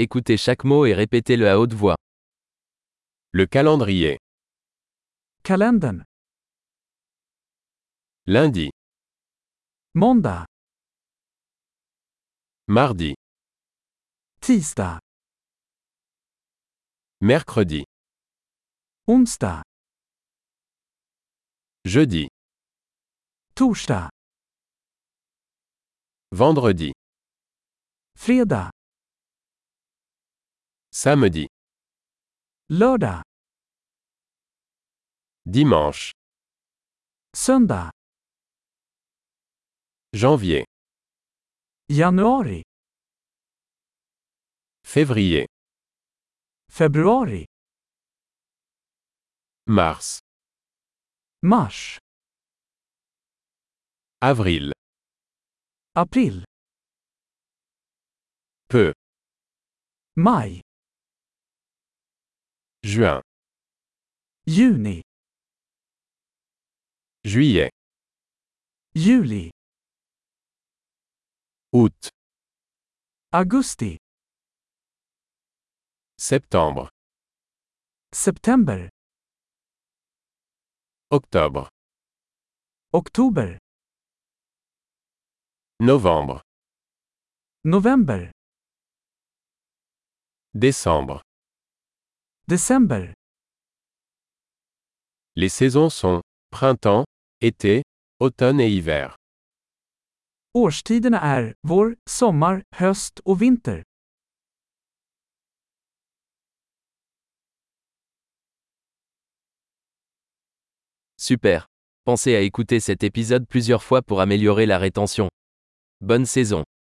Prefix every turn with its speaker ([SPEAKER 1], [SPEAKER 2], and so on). [SPEAKER 1] Écoutez chaque mot et répétez-le à haute voix. Le calendrier.
[SPEAKER 2] Kalendern.
[SPEAKER 1] Lundi,
[SPEAKER 2] Måndag.
[SPEAKER 1] mardi,
[SPEAKER 2] Tisdag.
[SPEAKER 1] mercredi,
[SPEAKER 2] Onsdag.
[SPEAKER 1] jeudi,
[SPEAKER 2] Torsdag.
[SPEAKER 1] vendredi,
[SPEAKER 2] Fredag.
[SPEAKER 1] samedi,
[SPEAKER 2] Lördag.
[SPEAKER 1] dimanche,
[SPEAKER 2] Söndag.
[SPEAKER 1] janvier,
[SPEAKER 2] Januari.
[SPEAKER 1] février,
[SPEAKER 2] Februari.
[SPEAKER 1] mars,
[SPEAKER 2] Mars.
[SPEAKER 1] avril,
[SPEAKER 2] April.
[SPEAKER 1] peu,
[SPEAKER 2] Maj.
[SPEAKER 1] juin,
[SPEAKER 2] Juni.
[SPEAKER 1] juillet,
[SPEAKER 2] Juli.
[SPEAKER 1] août,
[SPEAKER 2] Augusti.
[SPEAKER 1] septembre,
[SPEAKER 2] September.
[SPEAKER 1] octobre,
[SPEAKER 2] Oktober.
[SPEAKER 1] novembre,
[SPEAKER 2] November.
[SPEAKER 1] décembre.
[SPEAKER 2] December.
[SPEAKER 1] Les saisons sont printemps, été, automne et hiver.
[SPEAKER 2] Årstiderna är vår, sommar, höst och vinter.
[SPEAKER 1] Super. Pensez à écouter cet épisode plusieurs fois pour améliorer la rétention. Bonne saison.